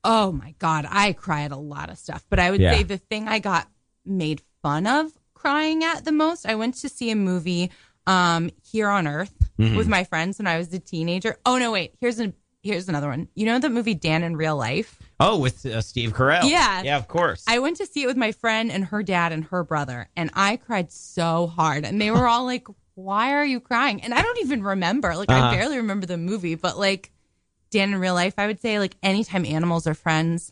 Oh my God. I cry at a lot of stuff, but I would Yeah. say the thing I got made fun of crying at the most, I went to see a movie um, here on earth Mm-hmm. Mhm. Mm. with my friends when I was a teenager. Oh no, wait, here's a here's another one. You know that movie Dan in real life? Oh, with uh, Steve Carell. Yeah. yeah, of course. I went to see it with my friend and her dad and her brother, and I cried so hard. And they were all like, Why are you crying? And I don't even remember. Like, Uh-huh. I barely remember the movie, but like, Dan in real life, I would say, like, anytime animals are friends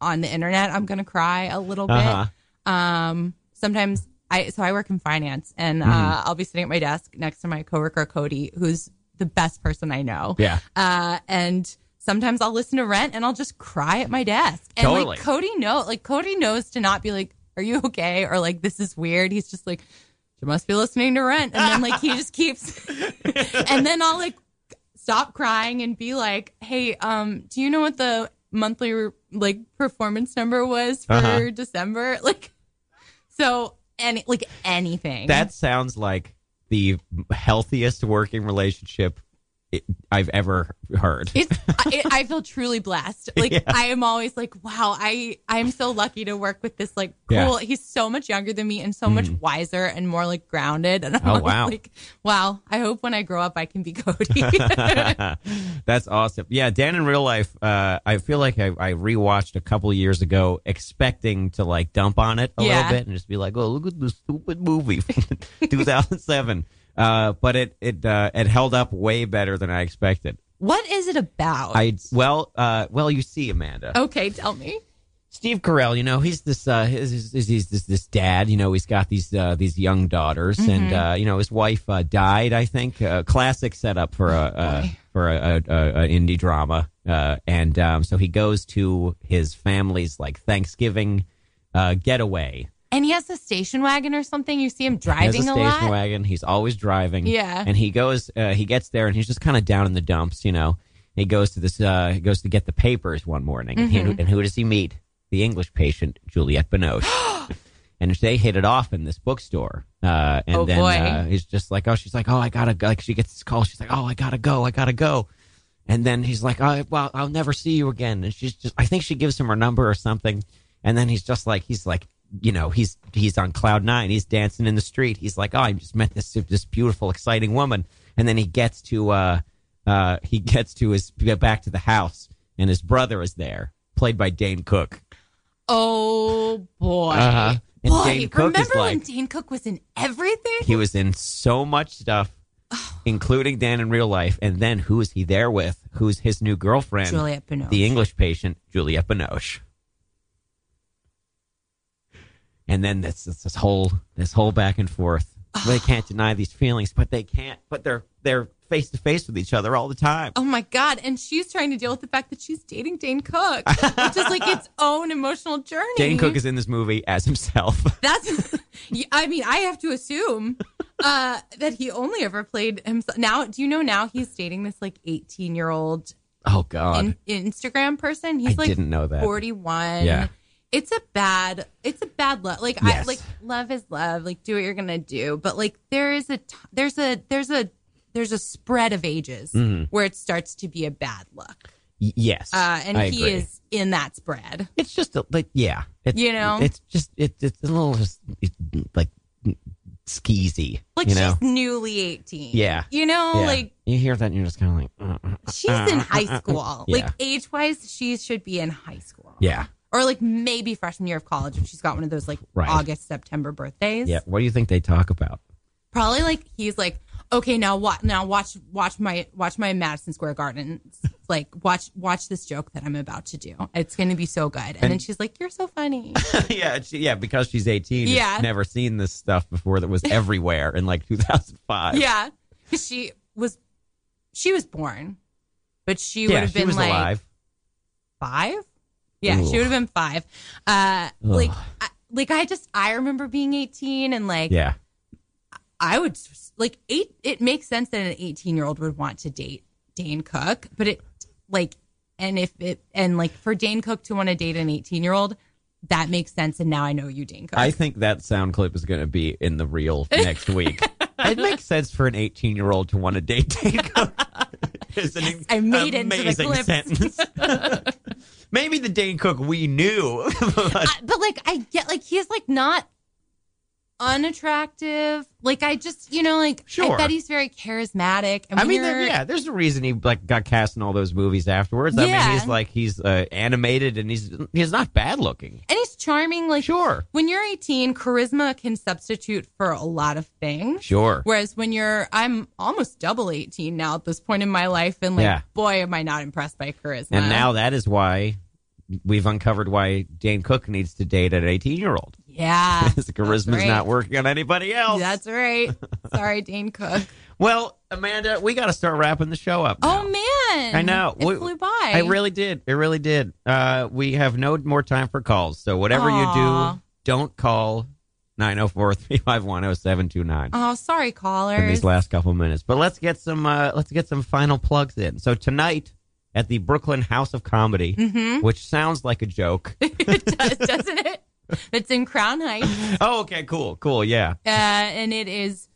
on the internet, I'm going to cry a little bit. Uh-huh. Um, sometimes I, so I work in finance, and uh, Mhm. I'll be sitting at my desk next to my coworker, Cody, who's the best person I know. Yeah. Uh, and sometimes I'll listen to Rent and I'll just cry at my desk. And Totally. like Cody know, like Cody knows to not be like, "Are you okay?" or like, "This is weird." He's just like, "You must be listening to Rent," and then like he just keeps, and then I'll like stop crying and be like, "Hey, um, do you know what the monthly like performance number was for Uh-huh. December?" Like, so any like anything That sounds like the healthiest working relationship i- I've ever heard. It's I, I feel truly blessed. Like Yeah. I am always like, wow, I I am so lucky to work with this like Yeah. Mm. cool. He's so much younger than me and so much wiser and more like grounded. And I'm Oh, always wow. like, wow, I hope when I grow up I can be Cody. That's awesome. Yeah, Dan in real life, uh, I feel like I, I rewatched a couple years ago expecting to like dump on it a Yeah. little bit and just be like, oh, look at this stupid movie from 2007. Uh, but it it uh, it held up way better than I expected. what is it about? I well uh, well you see Amanda. okay, tell me. Steve Carell, you know, he's this uh, he's, he's, he's this this dad. You know, he's got these uh, these young daughters, and Mm-hmm. Mhm. uh, you know, his wife uh, died. I think uh, classic setup for a uh, for a, a, a, a indie drama. Uh, and um, so he goes to his family's like Thanksgiving uh, getaway. And he has a station wagon or something. You see him He has driving a a, station lot. wagon. He's always driving. Yeah. And he goes, uh, he gets there, and he's just kind of down in the dumps. You know, he goes to this, uh, he goes to get the papers one morning, and, he, Mm-hmm. Mhm. and who does he meet? The English patient, Juliette Binoche. and they hit it off in this bookstore. Uh, and Oh, then boy. Uh, he's just like, oh, she's like, oh, I gotta go. Like she gets this call. She's like, oh, I gotta go. I gotta go. And then he's like, oh, well, I'll never see you again. And she's just, I think she gives him her number or something. And then he's just like, he's like, you know, he's he's on cloud nine. He's dancing in the street. He's like, oh, I just met this this beautiful, exciting woman. And then he gets to uh, uh, he gets to his back to the house, and his brother is there, played by Dane Cook. Oh boy. Uh-huh. And Boy, Dane Cook is remember when like- Dane Cook was in everything? He was in so much stuff, including Dan in real life. And then who is he there with? Who's his new girlfriend? Juliette Binoche. The English patient, Juliette Binoche. And then this, this this whole this whole back and forth. they can't deny these feelings, but they can't. But they're they're face to face with each other all the time. Oh my God. And she's trying to deal with the fact that she's dating Dane Cook, which is like its own emotional journey. Dane Cook is in this movie as himself. That's, I mean, I have to assume uh, that he only ever played himself. Now, do you know now he's dating this like 18 year old Oh God, in, Instagram person? He's I like didn't know that. 41. Yeah. It's a bad, it's a bad love. Like, Yes. I like love is love. Like, do what you're going to do. But like, there is a, t- there's a, there's a, there's a spread of ages Mhm. where it starts to be a bad look. Y- yes, Uh, and I he agree. is in that spread. It's just a, like yeah, it's, You know? it's just it, it's a little just it, like skeezy. Like you know? she's newly 18. yeah, You know, Yeah. like you hear that and you're just kind of like, uh, uh, uh, she's uh, in uh, uh, high uh. school. Yeah. Like age wise, she should be in high school. yeah, Or like maybe freshman year of college if she's got one of those like Right. August, September birthdays. yeah. What do you think they talk about? Probably like he's like, okay, now what? Now watch, watch my, watch my Madison Square Garden. It's like watch, watch this joke that I'm about to do. It's going to be so good. And, then And- she's like, you're so funny. yeah, she, yeah, because she's 18. Yeah. Yeah. never seen this stuff before that was everywhere in like 2005. yeah, 'Cause she was, she was born, but she Yeah, would have she been was like alive. five. Yeah, Ooh. she would have been five. Uh, like, Ugh. I, like I just I remember being 18 and like yeah. I would like eight. It makes sense that an 18 year old would want to date Dane Cook, but it like and if it and like for Dane Cook to want to date an 18 year old, that makes sense. And now I know you, Dane Cook. I think that sound clip is going to be in the reel next week. it makes sense for an 18 year old to want to date Danko. it's an I made it into the amazing clips. sentence. Maybe the Dane Cook we knew. I- but like I get like he's like not unattractive. Like I just you know like Sure. I bet he's very charismatic. And I when mean, there- you're- yeah, there's a reason he like got cast in all those movies afterwards. I mean, Yeah. he's like he's uh, animated and he's he's not bad looking. and he's charming. Like sure, when you're 18, charisma can substitute for a lot of things. Sure. Whereas when you're, I'm almost double 18 now at this point in my life, and like, Yeah. boy, am I not impressed by charisma. And now that is why we've uncovered why Dane Cook needs to date an 18 year old. yeah, His charisma's right. not working on anybody else. that's right. Sorry, Dane Cook. Well, Amanda, we got to start wrapping the show up. Oh man, I know. it We- flew by. I really did. It really did. Uh, we have no more time for calls. So whatever you Aw. do, don't call 904 351 0729 Oh, sorry, in callers. these last couple minutes. But let's get some uh, let's get some final plugs in. So tonight at the Brooklyn House of Comedy, Mhm. which sounds like a joke. Doesn't it? It's in Crown Heights. oh, okay, cool, cool, yeah. uh, and it is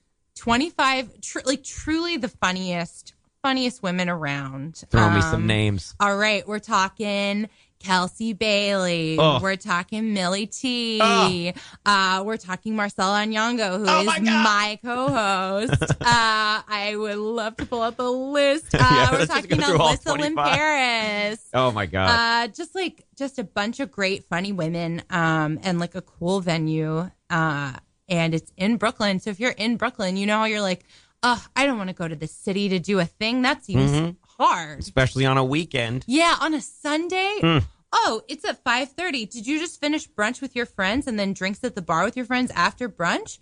25 tr- like truly the funniest funniest women around Um, Throw me some names. all right we're talking kelsey bailey Oh. we're talking millie t Oh. uh, we're talking marcella Nyong'o, who is my, co-host uh, i would love to pull up a list uh, Yeah, we're let's just go talking through all alyssa lynn 25. paris Oh my god. uh, just like just a bunch of great, funny women, um, and like a cool venue. Uh, and it's in Brooklyn. So if you're in Brooklyn, you know how you're like, oh, I don't want to go to the city to do a thing. That seems Mhm. hard. Especially on a weekend. Yeah, on a Sunday. Mm. Oh, it's at five thirty. Did you just finish brunch with your friends and then drinks at the bar with your friends after brunch?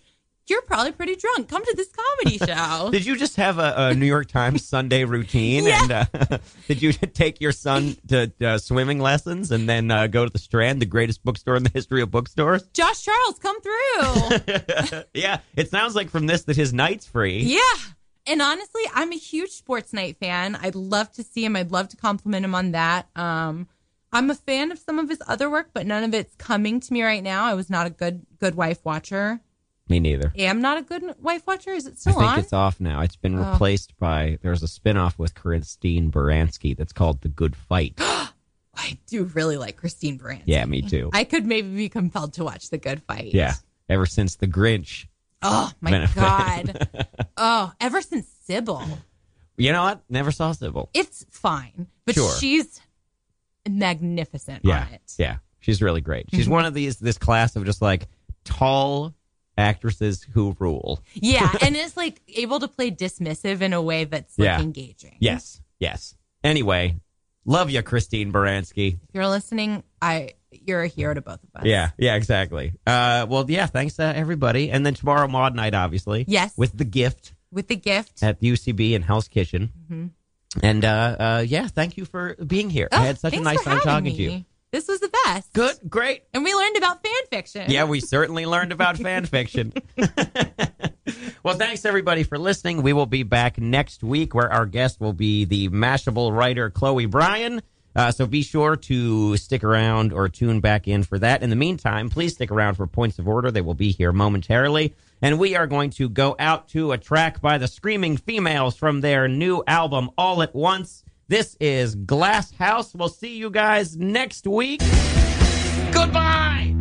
You're probably pretty drunk. Come to this comedy show. Did you just have a, a New York Times Sunday routine? And uh, did you take your son to uh, swimming lessons and then uh, go to the Strand, the greatest bookstore in the history of bookstores? Josh Charles, come through. yeah, it sounds like from this that his night's free. Yeah. And honestly, I'm a huge sports night fan. I'd love to see him. I'd love to compliment him on that. Um, I'm a fan of some of his other work, but none of it's coming to me right now. I was not a good good wife watcher. Me neither. Am not a good wife watcher. Is it I still think on? it's off now. It's been Oh. replaced by there's a spin-off with Christine Baranski that's called The Good Fight. I do really like Christine Baranski. yeah, me too. I could maybe be compelled to watch The Good Fight. yeah. Ever since The Grinch. Oh Been a my fan. god. oh, ever since Sybil, You know what? Never saw Sybil. it's fine, but Sure. she's magnificent yeah, on it. yeah. She's really great. She's Mhm. one of these this class of just like tall actresses who rule. Yeah, and it's like able to play dismissive in a way that's like Yeah. engaging. Yes, yes. Anyway, love you, Christine Baranski. If you're listening, I you're a hero to both of us. Yeah, yeah, exactly. Uh, well, yeah, thanks uh, everybody. And then tomorrow, Maud night, obviously. Yes. With the gift With the gift. at the UCB and Hell's Kitchen. Mhm. And uh, uh, yeah, thank you for being here. I had such a Oh, Thanks nice for time talking having to you. me. This was the best. Good, great. And we learned about fan fiction. Yeah, we certainly learned about fan fiction. well, thanks everybody for listening. We will be back next week where our guest will be the Mashable writer Chloe Bryan. Uh, so be sure to stick around or tune back in for that. In the meantime, please stick around for points of order. They will be here momentarily. And we are going to go out to a track by the Screaming Females from their new album, All at Once. This is Glass House. We'll see you guys next week. Goodbye.